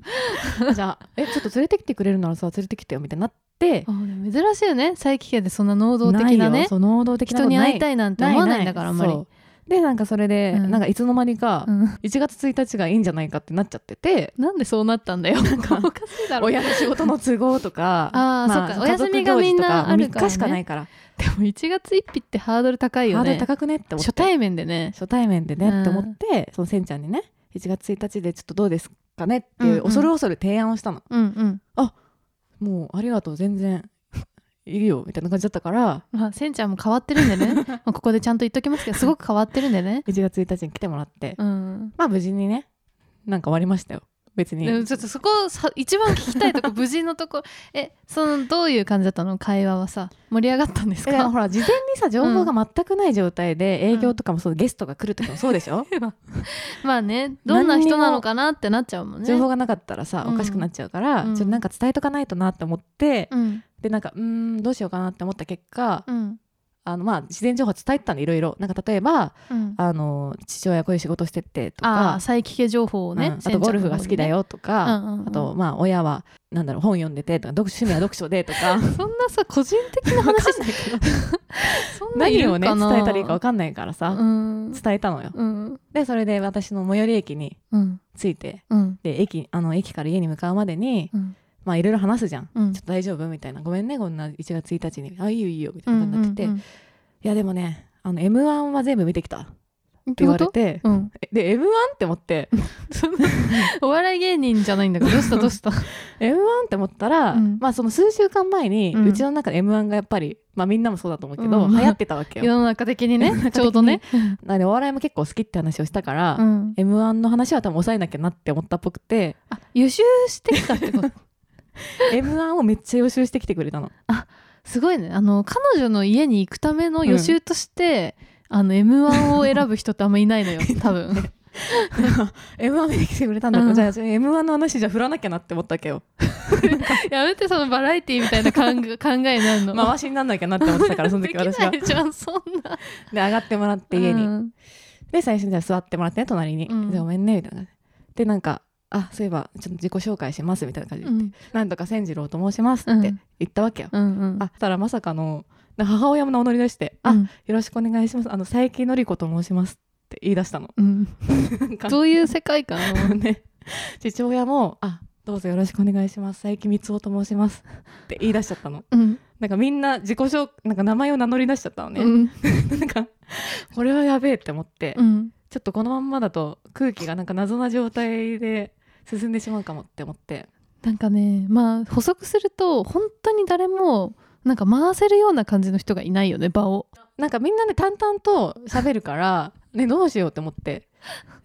Speaker 2: じゃあえちょっと連れてきてくれるならさ連れてきてよみたいになって
Speaker 1: あでも珍しいよね佐伯家でそんな能動的な
Speaker 2: ない
Speaker 1: ね
Speaker 2: よそう能動的なこ
Speaker 1: 人
Speaker 2: と
Speaker 1: に
Speaker 2: ない
Speaker 1: 会いたいなんて思わないんだからあんまり
Speaker 2: そうでなんかそれで、
Speaker 1: うん
Speaker 2: なんかいつの間にか、
Speaker 1: うん
Speaker 2: 1月1日がいいんじゃないかってなっちゃってて
Speaker 1: なんでそうなったんだよなん
Speaker 2: か
Speaker 1: おかしいだろ
Speaker 2: 親の仕事の都合とか
Speaker 1: あーそっか
Speaker 2: 家族
Speaker 1: お休みがみんな
Speaker 2: 行事と
Speaker 1: あるからね
Speaker 2: 3日しかないから
Speaker 1: でも1月1日ってハードル高いよ
Speaker 2: ハードル
Speaker 1: ね
Speaker 2: 高くねって思って
Speaker 1: 初対面でね
Speaker 2: 初対面でね
Speaker 1: うん
Speaker 2: って思って、そのせんちゃんにね1月1日でちょっとどうですかねってい
Speaker 1: うんう
Speaker 2: うん恐る恐る提案をしたの、
Speaker 1: うん
Speaker 2: もうありがとう全然いるよみたいな感じだったから
Speaker 1: うんまあせんちゃんも変わってるんで ねまあここでちゃんと言っときますけどすごく変わってるんでね
Speaker 2: 1月1日に来てもらって、
Speaker 1: うん
Speaker 2: まあ無事にねなんか終わりましたよ別に
Speaker 1: でもちょっとそこさ一番聞きたいとこ無事のとこ えそのどういう感じだったの会話はさ盛り上がったんです
Speaker 2: えだから
Speaker 1: か
Speaker 2: ほら事前にさ情報が全くない状態で、営業とかもそうゲストが来る時もそう でしょ、
Speaker 1: まあねどんな人なのかなってなっちゃうもんね
Speaker 2: 情報がなかったらさ、
Speaker 1: うん
Speaker 2: おかしくなっちゃうから、
Speaker 1: うん
Speaker 2: ちょっとなんか伝えとかないとなって思って、
Speaker 1: うん
Speaker 2: でなんかうーんどうしようかなって思った結果、
Speaker 1: うん
Speaker 2: あのまあ自然情報伝えてたんでいろいろなんか例えば
Speaker 1: うん
Speaker 2: あの父親こういう仕事しててと
Speaker 1: ああ
Speaker 2: か
Speaker 1: 佐伯系情報を
Speaker 2: うん
Speaker 1: ね、
Speaker 2: あとゴルフが好きだ
Speaker 1: せんち
Speaker 2: よ
Speaker 1: ゃ
Speaker 2: と
Speaker 1: んの
Speaker 2: か、
Speaker 1: 方にね、うんうんうん
Speaker 2: あとまあ親はなんだろう本読んでてとか読趣味は読書でとか
Speaker 1: そんなさ個人的な話
Speaker 2: わかんないけど
Speaker 1: そんなんい
Speaker 2: 何
Speaker 1: る
Speaker 2: をね
Speaker 1: かな
Speaker 2: 伝えたらいいか分かんないからさ、
Speaker 1: うん
Speaker 2: 伝えたのよ。
Speaker 1: うん
Speaker 2: でそれで私の最寄り駅に
Speaker 1: うん
Speaker 2: 着いて
Speaker 1: うん
Speaker 2: で駅あの駅から家に向かうまでに
Speaker 1: うん
Speaker 2: まあいろいろ話すじゃん。
Speaker 1: うん
Speaker 2: ちょっと大丈夫みたいな「ごめんねこんな1月1日にあいいよいいよ」みたいな感じになってて
Speaker 1: う
Speaker 2: 「
Speaker 1: んうんうん
Speaker 2: いやでもねあの m 1は全部見てきた」って
Speaker 1: って
Speaker 2: 言われ
Speaker 1: こと
Speaker 2: て
Speaker 1: うん
Speaker 2: えで m 1って思って
Speaker 1: そ んなお笑い芸人じゃないんだからどうしたどうした
Speaker 2: m 1って思ったら、
Speaker 1: うん
Speaker 2: まあその数週間前に、
Speaker 1: う
Speaker 2: うんちの中で m 1がやっぱりまあみんなもそうだと思うけど、
Speaker 1: うん
Speaker 2: 流行ってたわけ
Speaker 1: 世
Speaker 2: よ。
Speaker 1: の中的に
Speaker 2: 世の中
Speaker 1: ね
Speaker 2: 的
Speaker 1: ち
Speaker 2: に
Speaker 1: ょうどね、
Speaker 2: なんでお笑いも結構好きって話をしたから、
Speaker 1: うん、
Speaker 2: m 1の話は多分抑えなきゃなって思ったっぽく て
Speaker 1: あ予習してきたって こと
Speaker 2: m 1をめっちゃ予習してきてく れたの。
Speaker 1: すごいねあの彼女の家に行くための予習として、あの m 1を選ぶ人ってあんまいないの よ多分
Speaker 2: m 1見てきてくれたんだから、
Speaker 1: うん
Speaker 2: じゃあ m 1の話じゃあ振らなきゃなって思ったわけよ。
Speaker 1: やめてそのバラエティーみたいな考 え考えになるの、
Speaker 2: 回しになんなきゃなって思ってたからその時私 は。
Speaker 1: できないじゃんそんな
Speaker 2: で上がってもらって家に、
Speaker 1: うん
Speaker 2: で最初にじゃあ座ってもらってね隣に、
Speaker 1: うん
Speaker 2: でごめんねみたいな感じでなんかあそういえばちょっと自己紹介しますみたいな感じで、
Speaker 1: うん
Speaker 2: なんとか千次郎と申します
Speaker 1: う
Speaker 2: って
Speaker 1: ん
Speaker 2: 言ったわけよ、
Speaker 1: うんうん
Speaker 2: あそしたらまさかのなんか母親も名乗り出して「あ
Speaker 1: う
Speaker 2: よ
Speaker 1: ん
Speaker 2: ろしくお願いしますあの佐伯のり子と申します」って言い出したの
Speaker 1: うん
Speaker 2: なんか
Speaker 1: どういう世界観
Speaker 2: ね父親も「あどうぞよろしくお願いします佐伯光雄と申します」って言い出しちゃったの
Speaker 1: うん
Speaker 2: なんかみんな自己紹なんか名前を名乗り出しちゃったのね、
Speaker 1: うん
Speaker 2: なんかこれはやべえって思って、
Speaker 1: うん
Speaker 2: ちょっとこのまんまだと空気がなんか謎な状態で進んでしまうかもって思って
Speaker 1: なんかねまあ補足すると本当に誰もなんか回せるような感じの人がいないよね場を。
Speaker 2: なんかみんなね淡々と喋 るから、ね、どうしようって思って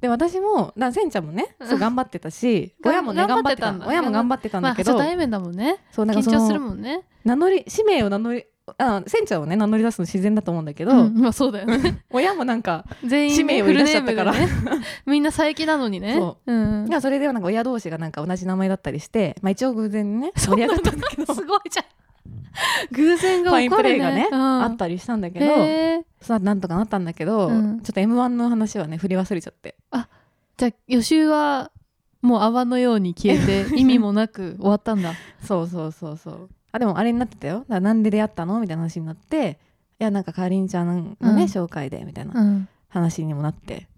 Speaker 2: で私もだせんちゃんもねそう頑張ってたし
Speaker 1: がん
Speaker 2: 親もね
Speaker 1: 頑
Speaker 2: 頑
Speaker 1: 張っ
Speaker 2: 張ってて
Speaker 1: た
Speaker 2: た
Speaker 1: んだ
Speaker 2: 親も頑張ってたん
Speaker 1: まあ
Speaker 2: だけど、
Speaker 1: 初対面だもんね
Speaker 2: そうなん
Speaker 1: 緊
Speaker 2: かその
Speaker 1: 張するもんね。
Speaker 2: 名乗り氏名を名乗りあせんちゃんをね名乗り出すの自然だと思うんだけど、
Speaker 1: うん、まあそうだよね
Speaker 2: 親もなんか
Speaker 1: 全員
Speaker 2: 氏名を
Speaker 1: フ
Speaker 2: 言い
Speaker 1: ル
Speaker 2: 出しち
Speaker 1: ネー
Speaker 2: ゃ
Speaker 1: ム
Speaker 2: った
Speaker 1: が
Speaker 2: か
Speaker 1: ね
Speaker 2: ら
Speaker 1: みんな佐伯なのにね。
Speaker 2: そ
Speaker 1: うん
Speaker 2: い、やそれでなんか親同士がなんか同じ名前だったりして、まあ、一応偶 然ね盛り上がったんだけど
Speaker 1: すごいじゃん。偶然が
Speaker 2: ファイ
Speaker 1: 起
Speaker 2: ン
Speaker 1: こ
Speaker 2: プ
Speaker 1: る
Speaker 2: レ
Speaker 1: ね。
Speaker 2: ーがね、
Speaker 1: うん
Speaker 2: あったりしたんだけど
Speaker 1: へー
Speaker 2: そうなんとかなったんだけど、
Speaker 1: うん
Speaker 2: ちょっと m 1の話はね振り忘れちゃって
Speaker 1: じゃあ予習はもう泡のように消え て意味もなく終わったんだ。
Speaker 2: そうそうそうそうあでもあれになってたよだからなんで出会ったのみたいな話になっていやなんかかりんちゃんのね、
Speaker 1: うん
Speaker 2: 紹介でみたいな
Speaker 1: うん
Speaker 2: 話にもなって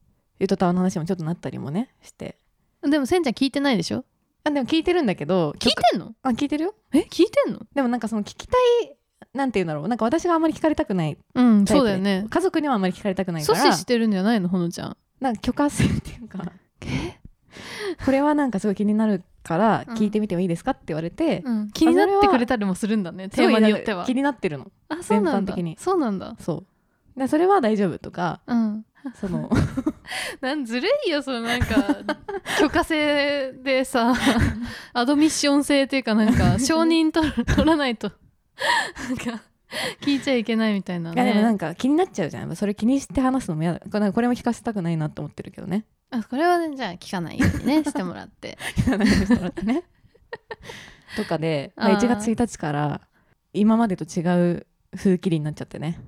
Speaker 2: ゆとたわの話もちょっとなったりもねして
Speaker 1: でもせんちゃん聞いてないでしょ
Speaker 2: あでも聞いてるんだけど
Speaker 1: 聞い
Speaker 2: 曲
Speaker 1: てんの
Speaker 2: あ聞いてるよ
Speaker 1: え聞いてんの
Speaker 2: でもなんかその聞きたいなんて言うんだろうなんか私があんまり聞かれたくない
Speaker 1: うん
Speaker 2: タイプ
Speaker 1: そうだよね
Speaker 2: 家族にはあんまり聞かれたくないか
Speaker 1: 阻
Speaker 2: ら
Speaker 1: 止してるんじゃないのほのちゃん
Speaker 2: なんか許可制ってい うかこれはなんかすごい気になるから
Speaker 1: うん
Speaker 2: 聞いてみてもいいですかって言われて、
Speaker 1: うん、気になってくれたりもするんだねテーマによっては
Speaker 2: すごいなんか気になってるの
Speaker 1: あそうなんだ
Speaker 2: 全般的に
Speaker 1: そうなんだ
Speaker 2: そうでそれは大丈夫と か
Speaker 1: うん
Speaker 2: その
Speaker 1: なんずるいよそのなんか 許可制で さアドミッション制っていうかなんか承認取る取らないとなんか聞いちゃいけないみたいない
Speaker 2: やでもな
Speaker 1: ね
Speaker 2: んか気になっちゃうじゃんやっぱそれ気にして話すのも嫌だこれなんかこれも聞かせたくないなと思ってるけどね
Speaker 1: あこれはねじゃあ聞かないようにねしてもらって
Speaker 2: 話してもらってねとかで、まあ
Speaker 1: あー
Speaker 2: 1月1日から今までと違う風切りになっちゃってね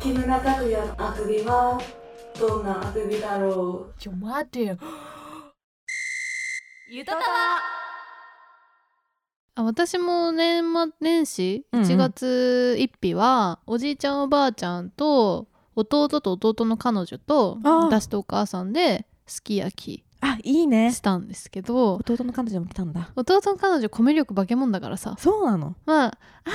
Speaker 4: 木村拓哉のあくびはどんなあくびだろう
Speaker 3: ちょ待てよゆとたわ
Speaker 1: あ私も年末年始
Speaker 2: うんうん
Speaker 1: 1月1日は、おじいちゃんおばあちゃんと弟と弟の彼女と
Speaker 2: あー
Speaker 1: 私とお母さんですき焼
Speaker 2: あいい
Speaker 1: き
Speaker 2: ね
Speaker 1: したんですけど
Speaker 2: 弟の彼女も来たんだ
Speaker 1: 弟の彼女コミュ力化け物だからさ
Speaker 2: そうなの
Speaker 1: まあ、あーどう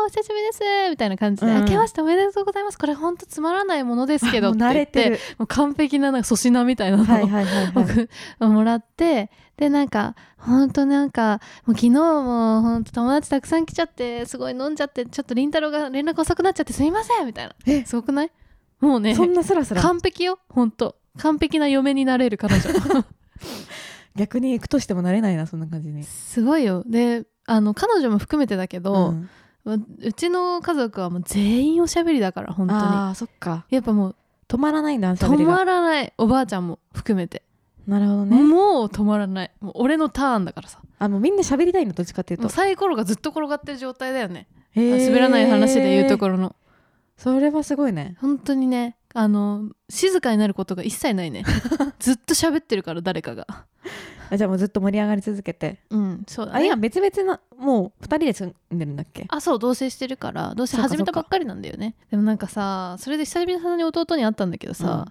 Speaker 1: もお久しぶりですみたいな感じで、
Speaker 2: うん
Speaker 1: 明けましておめでとうございますこれほんとつまらないものですけど
Speaker 2: あ
Speaker 1: っ
Speaker 2: も
Speaker 1: て
Speaker 2: う
Speaker 1: 言っ
Speaker 2: 慣
Speaker 1: て
Speaker 2: れてる
Speaker 1: もう完璧ななんか粗品みたいなのを、
Speaker 2: はいはいはい、 はい、
Speaker 1: 僕もらってでなんかほんとなんかもう昨日もほんと友達たくさん来ちゃってすごい飲んじゃってちょっとりんたろが連絡遅くなっちゃってすいませんみたいな
Speaker 2: え
Speaker 1: すごくないもうね
Speaker 2: そんなスラスラ
Speaker 1: 完璧よほんと完璧な嫁になれる彼 女
Speaker 2: 逆に行くとしてもなれないなそんな感じに。
Speaker 1: すごいよであの彼女も含めてだけど、
Speaker 2: うん
Speaker 1: ううちの家族はもう全員おしゃべりだから本当に
Speaker 2: あーそっか
Speaker 1: やっぱもう
Speaker 2: 止まらないんだ喋
Speaker 1: 止
Speaker 2: りが
Speaker 1: まらないおばあちゃんも含めて、
Speaker 2: なるほどね
Speaker 1: もう止まらないもう俺のターンだからさ
Speaker 2: あもうみんな喋りたいのどっちかっていう
Speaker 1: も
Speaker 2: と
Speaker 1: うサイコロがずっと転がってる状態だよね、
Speaker 2: へー
Speaker 1: 滑らない話で言うところの
Speaker 2: それはすごいね
Speaker 1: 本当にねあの静かになることが一切ない ねずっと喋ってるから誰かが
Speaker 2: あじゃあもうずっと盛り上がり続けて
Speaker 1: うんそうだ
Speaker 2: あいや
Speaker 1: ね
Speaker 2: 別々のもう2人で住んでるんだっけ
Speaker 1: あそう同棲してるから同棲
Speaker 2: そうか
Speaker 1: 始めたばっかりなんだよねでもなんかさそれで久々に弟に会ったんだけどさ、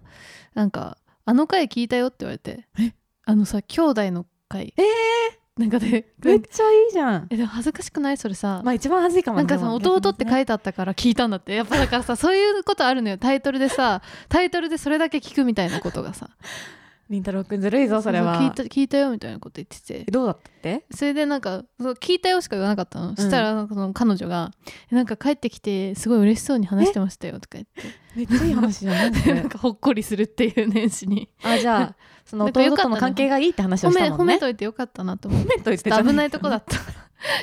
Speaker 1: なんか「あの回聞いたよ」って言われて
Speaker 2: え
Speaker 1: あのさ兄弟の回
Speaker 2: えー、
Speaker 1: なんかで、
Speaker 2: めっちゃいいじゃん
Speaker 1: えでも恥ずかしくないそれさ、
Speaker 2: まあ一番恥ずいかも
Speaker 1: なんか
Speaker 2: で
Speaker 1: さ
Speaker 2: も
Speaker 1: 弟って書
Speaker 2: ね
Speaker 1: いてあったから聞いたんだってやっぱだから さそういうことあるのよタイトルでさタイトルでそれだけ聞くみたいなこと がさ
Speaker 2: りんたろうくんずるいぞそれは
Speaker 1: う聞いた聞いたよみたいなこと言ってて
Speaker 2: えどうだったって
Speaker 1: それでなんかそう聞いたよしか言わなかったの、そしたらなんかその彼女が「えなんか帰ってきてすごい嬉しそうに話してましたよ」とか言って
Speaker 2: めっちゃいい話じゃん
Speaker 1: なんかほっこりするっていう年始に
Speaker 2: あじゃあその
Speaker 1: なんかよ
Speaker 2: 弟
Speaker 1: かった
Speaker 2: と
Speaker 1: ね
Speaker 2: の関係がいいって話
Speaker 1: 褒
Speaker 2: をし
Speaker 1: め
Speaker 2: たも
Speaker 1: 褒
Speaker 2: んね
Speaker 1: めといてよかったなと思 って
Speaker 2: 褒めとい
Speaker 1: ちょっと危ないとこだ ったい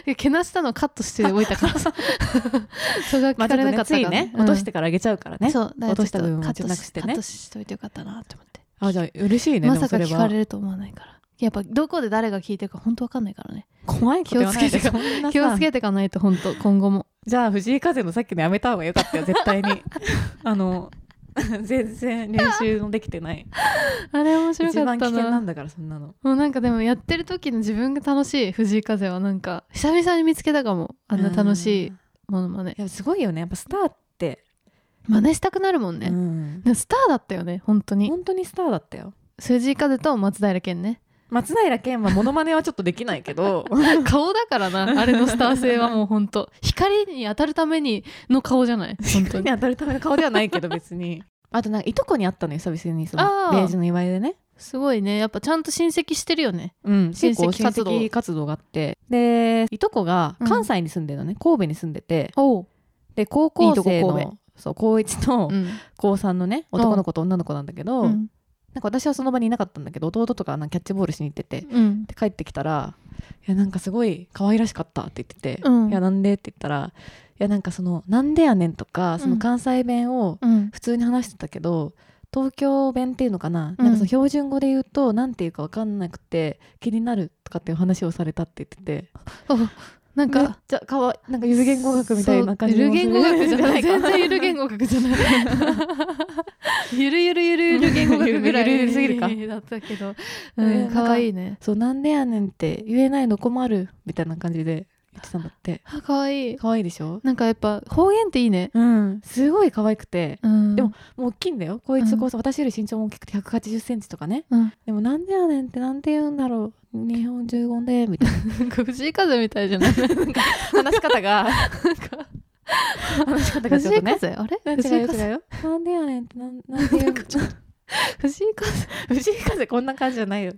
Speaker 1: やけなしたのカットしておいたからさそれが聞
Speaker 2: ま
Speaker 1: か
Speaker 2: あちょっ
Speaker 1: れなか
Speaker 2: とね
Speaker 1: ったか
Speaker 2: つ
Speaker 1: ら、
Speaker 2: いね落としててからあげちゃうからね
Speaker 1: そうだから
Speaker 2: 落とした
Speaker 1: ちょっ
Speaker 2: 部分を
Speaker 1: カット
Speaker 2: なくしてね
Speaker 1: カットしといてよかったなって思って
Speaker 2: あじゃあ嬉しいね
Speaker 1: まさか
Speaker 2: でも
Speaker 1: 聞
Speaker 2: それ
Speaker 1: か
Speaker 2: は
Speaker 1: れると思わないからやっぱどこで誰が聞いてるか本当わかんないからね
Speaker 2: 怖いこと言わないで
Speaker 1: 気をつけて
Speaker 2: そんな
Speaker 1: 気を
Speaker 2: さ
Speaker 1: つけてかないと本当今 後も
Speaker 2: じゃあ藤井風のさっきのやめた方がよかったよ絶 対にあの 全然練習もできてない
Speaker 1: あれ面白
Speaker 2: 一
Speaker 1: かっ
Speaker 2: 番危
Speaker 1: た
Speaker 2: 険な
Speaker 1: なん
Speaker 2: だからそんなの
Speaker 1: もうなんかでもやってる時の自分が楽しい藤井風はなんか久々に見つけたかもあんな楽しい
Speaker 2: うん
Speaker 1: ものまね
Speaker 2: いやすごいよねやっぱスターって、
Speaker 1: 真似したくなるもんね
Speaker 2: う、ん
Speaker 1: でスターだったよね本当に
Speaker 2: 本当にスターだったよ
Speaker 1: 藤井風と松平健ね
Speaker 2: 松平健はモノマネはちょっとできないけ ど
Speaker 1: 顔だから なあれのスター性はもう本当光に当たるためにの顔じゃない本当
Speaker 2: 当
Speaker 1: に
Speaker 2: に当たるための顔ではないけど別に あとなんかいとこに会ったのよ久々にそ
Speaker 1: あ
Speaker 2: の
Speaker 1: ー
Speaker 2: ベージュの祝いでね
Speaker 1: すごいねやっぱちゃんと親戚してるよね
Speaker 2: うん、
Speaker 1: 親
Speaker 2: 親
Speaker 1: 戚活
Speaker 2: 戚活
Speaker 1: 動
Speaker 2: 動活動があってでいとこが関西に住んでるのね、神戸に住んでて
Speaker 1: おう、
Speaker 2: で高校
Speaker 1: いい
Speaker 2: 生
Speaker 1: と
Speaker 2: の
Speaker 1: こ神
Speaker 2: そう高一と
Speaker 1: うん
Speaker 2: 高三のね男の子と女の子なんだけど、
Speaker 1: うん
Speaker 2: なんか私はその場にいなかったんだけど弟とかなんかキャッチボールしに行ってて
Speaker 1: うん
Speaker 2: で帰ってきたら「いやなんかすごい可愛らしかった」って言ってて「
Speaker 1: うん
Speaker 2: いやなんで?」って言ったら「いやなんかそのなんでやねん」とかそ
Speaker 1: うん
Speaker 2: の関西弁を
Speaker 1: うん
Speaker 2: 普通に話してたけど、東京弁っていうのかな,、
Speaker 1: うん
Speaker 2: なんかその標準語で言うとなんていうか分かんなくて気になるとかっていう話をされたって言ってて
Speaker 1: なん
Speaker 2: めっ
Speaker 1: か
Speaker 2: ちゃかわいなんかゆる言語学みたいな感じ
Speaker 1: そうゆ
Speaker 2: も
Speaker 1: る
Speaker 2: する
Speaker 1: 言語学じゃない 全然 ゆる言
Speaker 2: 語
Speaker 1: 語学じゃないゆるゆるゆるゆる言語学ぐらい
Speaker 2: ゆるゆるすぎる か
Speaker 1: だったけど、
Speaker 2: ね
Speaker 1: う
Speaker 2: なん
Speaker 1: ん、
Speaker 2: か
Speaker 1: かわいいね
Speaker 2: そうなんでやねんって言えないの困るみたいな感じで言ってたんだって
Speaker 1: あ可愛い
Speaker 2: 可愛いでしょ
Speaker 1: なんかやっぱ方言っていいね
Speaker 2: うんすごい可愛くて
Speaker 1: うん
Speaker 2: でももう大きいんだよこいつこそ、私より身長も大きくて1 8 0ンチとかね
Speaker 1: うん
Speaker 2: でもなんでやねんってなんて言うんだろう日本中語でみ たいな
Speaker 1: なんか藤井風みたいじゃ ない
Speaker 2: 話し方が話し方がち
Speaker 1: 藤
Speaker 2: ょっと
Speaker 1: 井
Speaker 2: ね
Speaker 1: 風あれ
Speaker 2: なん
Speaker 1: 藤
Speaker 2: 違う
Speaker 1: 井
Speaker 2: よ違
Speaker 1: 風
Speaker 2: うよなんでやねんってなんなんて言うんだろ
Speaker 1: 藤井風
Speaker 2: う藤井風こんな感じじゃないよ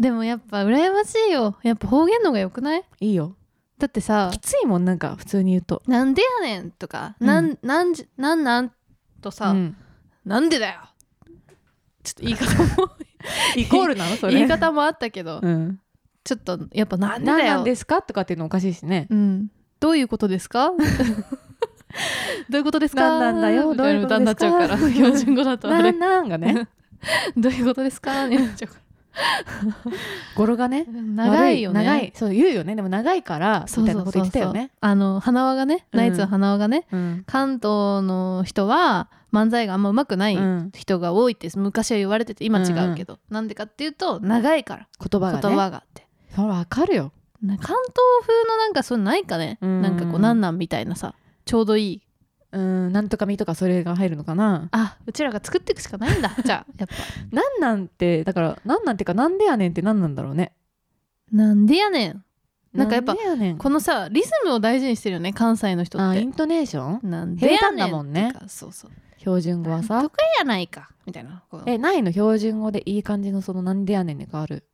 Speaker 1: でもやっぱ羨ましいよやっぱ方言の方がよくない
Speaker 2: いいよ
Speaker 1: だってさ
Speaker 2: きついもんなんか普通に言うと
Speaker 1: 「なんでやねん」とか「
Speaker 2: うん
Speaker 1: なんなんじなんなん」とさ「
Speaker 2: うん
Speaker 1: なんでだよ」ちょっと言い方も
Speaker 2: イコールなのそ れ
Speaker 1: 言い方もあったけど
Speaker 2: うん
Speaker 1: ちょっとやっぱ「なん
Speaker 2: 何
Speaker 1: でだよ」
Speaker 2: なんですかとかっていうのおかしいしね
Speaker 1: うん、どういうことです かどういうことですか
Speaker 2: なんなんだよ
Speaker 1: みたいな歌に
Speaker 2: ど
Speaker 1: な
Speaker 2: うい
Speaker 1: っ
Speaker 2: う
Speaker 1: ちゃ
Speaker 2: こ
Speaker 1: うか 標準
Speaker 2: とですから
Speaker 1: 語だとあ
Speaker 2: な
Speaker 1: れ
Speaker 2: んなんがね
Speaker 1: どういうことです かになっちゃうから
Speaker 2: 語呂がね
Speaker 1: 長いよね
Speaker 2: 悪長いそう言うよねでも長いからみたいなこと言ってたよね
Speaker 1: あの花輪がね
Speaker 2: うん
Speaker 1: ナイツの花輪がね、
Speaker 2: うん
Speaker 1: 関東の人は漫才があんま上手くない
Speaker 2: うん
Speaker 1: 人が多いって昔は言われてて今違うけど、なんでかっていうと長いから
Speaker 2: 言葉がね
Speaker 1: 言葉があって
Speaker 2: それわかるよ
Speaker 1: な関東風のなんかそういうのないかね、
Speaker 2: うん
Speaker 1: なんかこうなんなんみたいなさちょうどいい
Speaker 2: うんなんとかみとかそれが入るのかな
Speaker 1: あうちらが作っていくしかないんだ じゃあやっぱ
Speaker 2: なんなんてだからなんなんてかなんでやねんってなんなんだろうね
Speaker 1: なんでやねんなんかやっぱ
Speaker 2: でやねん
Speaker 1: このさリズムを大事にしてるよね関西の人っ
Speaker 2: あイ
Speaker 1: て
Speaker 2: ントネーション
Speaker 1: なんでやねん
Speaker 2: 平坦だもんね
Speaker 1: とかそうそう
Speaker 2: 標準語はさ
Speaker 1: 得意やないかみたいなこう
Speaker 2: えないの標準語でいい感じのそのなんでやねんに変わる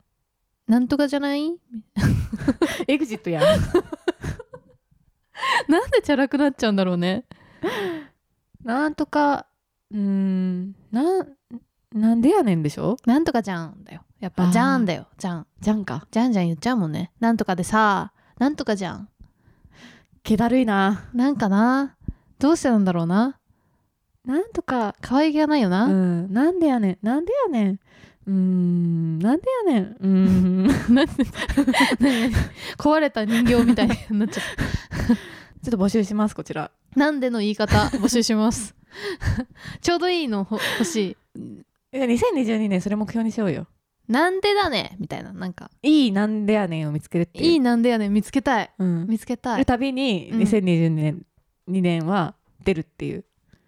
Speaker 1: なんとかじゃない
Speaker 2: エグジットやん
Speaker 1: なんでチャラくなっちゃうんだろうね
Speaker 2: なんとかうーんなんなんでやねんでしょ
Speaker 1: なんとかじゃんだよやっ
Speaker 2: あ
Speaker 1: ぱ
Speaker 2: ー
Speaker 1: じゃんだよじゃん
Speaker 2: じゃんか
Speaker 1: じゃんじゃん言っちゃうもんねなんとかでさなんとかじゃん
Speaker 2: 気だるいな
Speaker 1: なんかなどうしてなんだろうな
Speaker 2: なんとか
Speaker 1: 可愛げがないよ
Speaker 2: う
Speaker 1: な、
Speaker 2: んなんでやねんなんでやねんうーんなんでやねんうー んちょ
Speaker 1: 壊れた人形みたいになっちゃっ
Speaker 2: っと募集しますこちら
Speaker 1: た なんでの言い方募集します ちょうどいいのほ欲し
Speaker 2: え2022年それ目標にしようよ
Speaker 1: いなんでだねみたいななんか
Speaker 2: いいなんでやねんを見つけるっていう
Speaker 1: いいなんでやねん見つけたい
Speaker 2: うん、
Speaker 1: 見つけた
Speaker 2: る
Speaker 1: い
Speaker 2: たびに
Speaker 1: うん
Speaker 2: 2022年、2年は出るっていう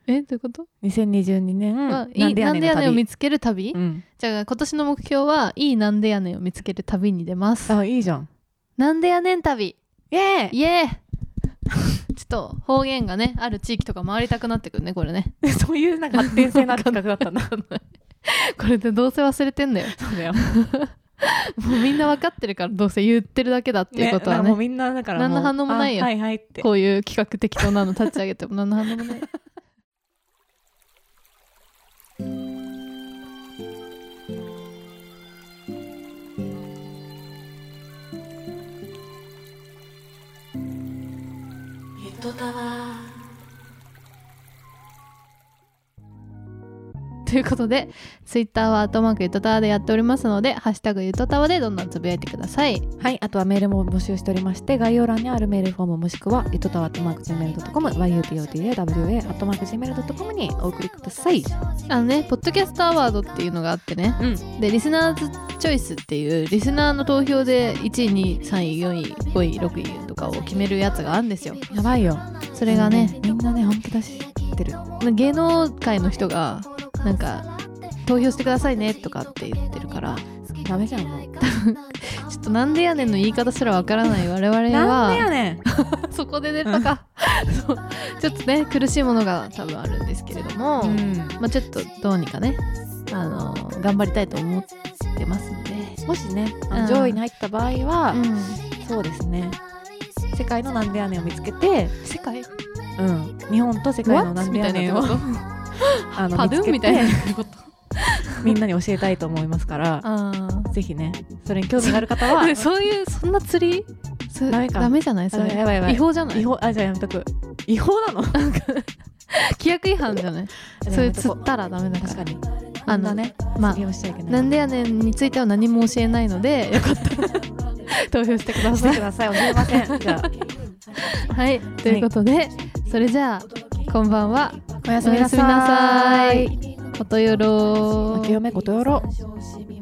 Speaker 1: えどういうこと、
Speaker 2: 2022年
Speaker 1: あ
Speaker 2: ない
Speaker 1: い
Speaker 2: んで
Speaker 1: な
Speaker 2: や
Speaker 1: ん
Speaker 2: ねん
Speaker 1: でやねんを
Speaker 2: の旅
Speaker 1: 見つける旅、
Speaker 2: うん、
Speaker 1: じゃあ今年の目標はいいなんでやねんを見つける旅に出ます
Speaker 2: あいいじゃん
Speaker 1: なんでやねん旅
Speaker 2: イエ
Speaker 1: イエー イちょっと方言がねある地域とか回りたくなってくるねこれね
Speaker 2: ーイそういうなんか発展性のある企画だったんだ
Speaker 1: これでどうせ忘れてんだよ
Speaker 2: そ うだよ、
Speaker 1: もうみんな分かってるからどうせ言ってるだけだっていう
Speaker 2: ね、だ
Speaker 1: こと
Speaker 2: か
Speaker 1: は
Speaker 2: ら
Speaker 1: ね
Speaker 2: もうみんなだからもう
Speaker 1: 何の反応もないよ
Speaker 2: あはいはいって
Speaker 1: こういう企画適当なの立ち上げても何の反応もない
Speaker 4: ゆとたわ
Speaker 1: ということでツイッターは「アットマークゆとたわ」でやっておりますので「ハッシュタグゆとたわ」でどんどんつぶやいてください
Speaker 2: はいあとはメールも募集しておりまして概要欄にあるメールフォームもしくはゆとたわ atmarkgmail.com yutotawa.atmarkgmail.com にお送りください
Speaker 1: あのねポッドキャストアワードっていうのがあってね、
Speaker 2: うん
Speaker 1: でリスナーズチョイスっていうリスナーの投票で1位2位3位4位5位6位とかを決めるやつがあるんですよ
Speaker 2: やばいよ
Speaker 1: それがね、
Speaker 2: みんなね本気出してる
Speaker 1: 芸能界の人がなんか投票してくださいねとかって言ってるから
Speaker 2: ダメじゃんもう
Speaker 1: ちょっとなんでやねんの言い方すらわからない我々
Speaker 2: なんで
Speaker 1: は
Speaker 2: やねん
Speaker 1: そこで出たか、そうちょっとね苦しいものが多分あるんですけれども、
Speaker 2: うん
Speaker 1: まあ、ちょっとどうにかねあの頑張りたいと思ってますので、
Speaker 2: もしね、あ
Speaker 1: うん
Speaker 2: の上位に入った場合は、
Speaker 1: うん、
Speaker 2: そうですね世界のなんでやねんを見つけて、
Speaker 1: 世界
Speaker 2: うん、日本と世界のなんでやねんを
Speaker 1: みたいなってこと
Speaker 2: あ
Speaker 1: ハド
Speaker 2: の見
Speaker 1: ゥ
Speaker 2: つ
Speaker 1: ン
Speaker 2: け
Speaker 1: みたい
Speaker 2: て
Speaker 1: なこと
Speaker 2: みんなに教えたいと思います から
Speaker 1: あー
Speaker 2: ぜひね それに興味がある方は
Speaker 1: でそういうそんな釣りそ
Speaker 2: ダメか
Speaker 1: ダメじゃないそ
Speaker 2: ダメやばいやば
Speaker 1: れ
Speaker 2: い
Speaker 1: 違法じゃない
Speaker 2: 違法あじゃあやめとく違法なのじゃ
Speaker 1: 規約違反じゃない
Speaker 2: あ
Speaker 1: そ
Speaker 2: や
Speaker 1: れ
Speaker 2: めと
Speaker 1: 釣
Speaker 2: こ
Speaker 1: ったらダメだから
Speaker 2: 確かに
Speaker 1: あ
Speaker 2: あ
Speaker 1: の
Speaker 2: のね
Speaker 1: まあ
Speaker 2: 釣りをしちゃいけない
Speaker 1: なんでやねんについては何も教えないの でよかったら投票してくだ
Speaker 2: して
Speaker 1: さい
Speaker 2: ください教えませんじ ゃあ
Speaker 1: はいということでそれじゃあこんばんは
Speaker 2: お
Speaker 1: お
Speaker 2: や
Speaker 1: やすみなさいことよろ
Speaker 2: お清めことよろ
Speaker 4: ー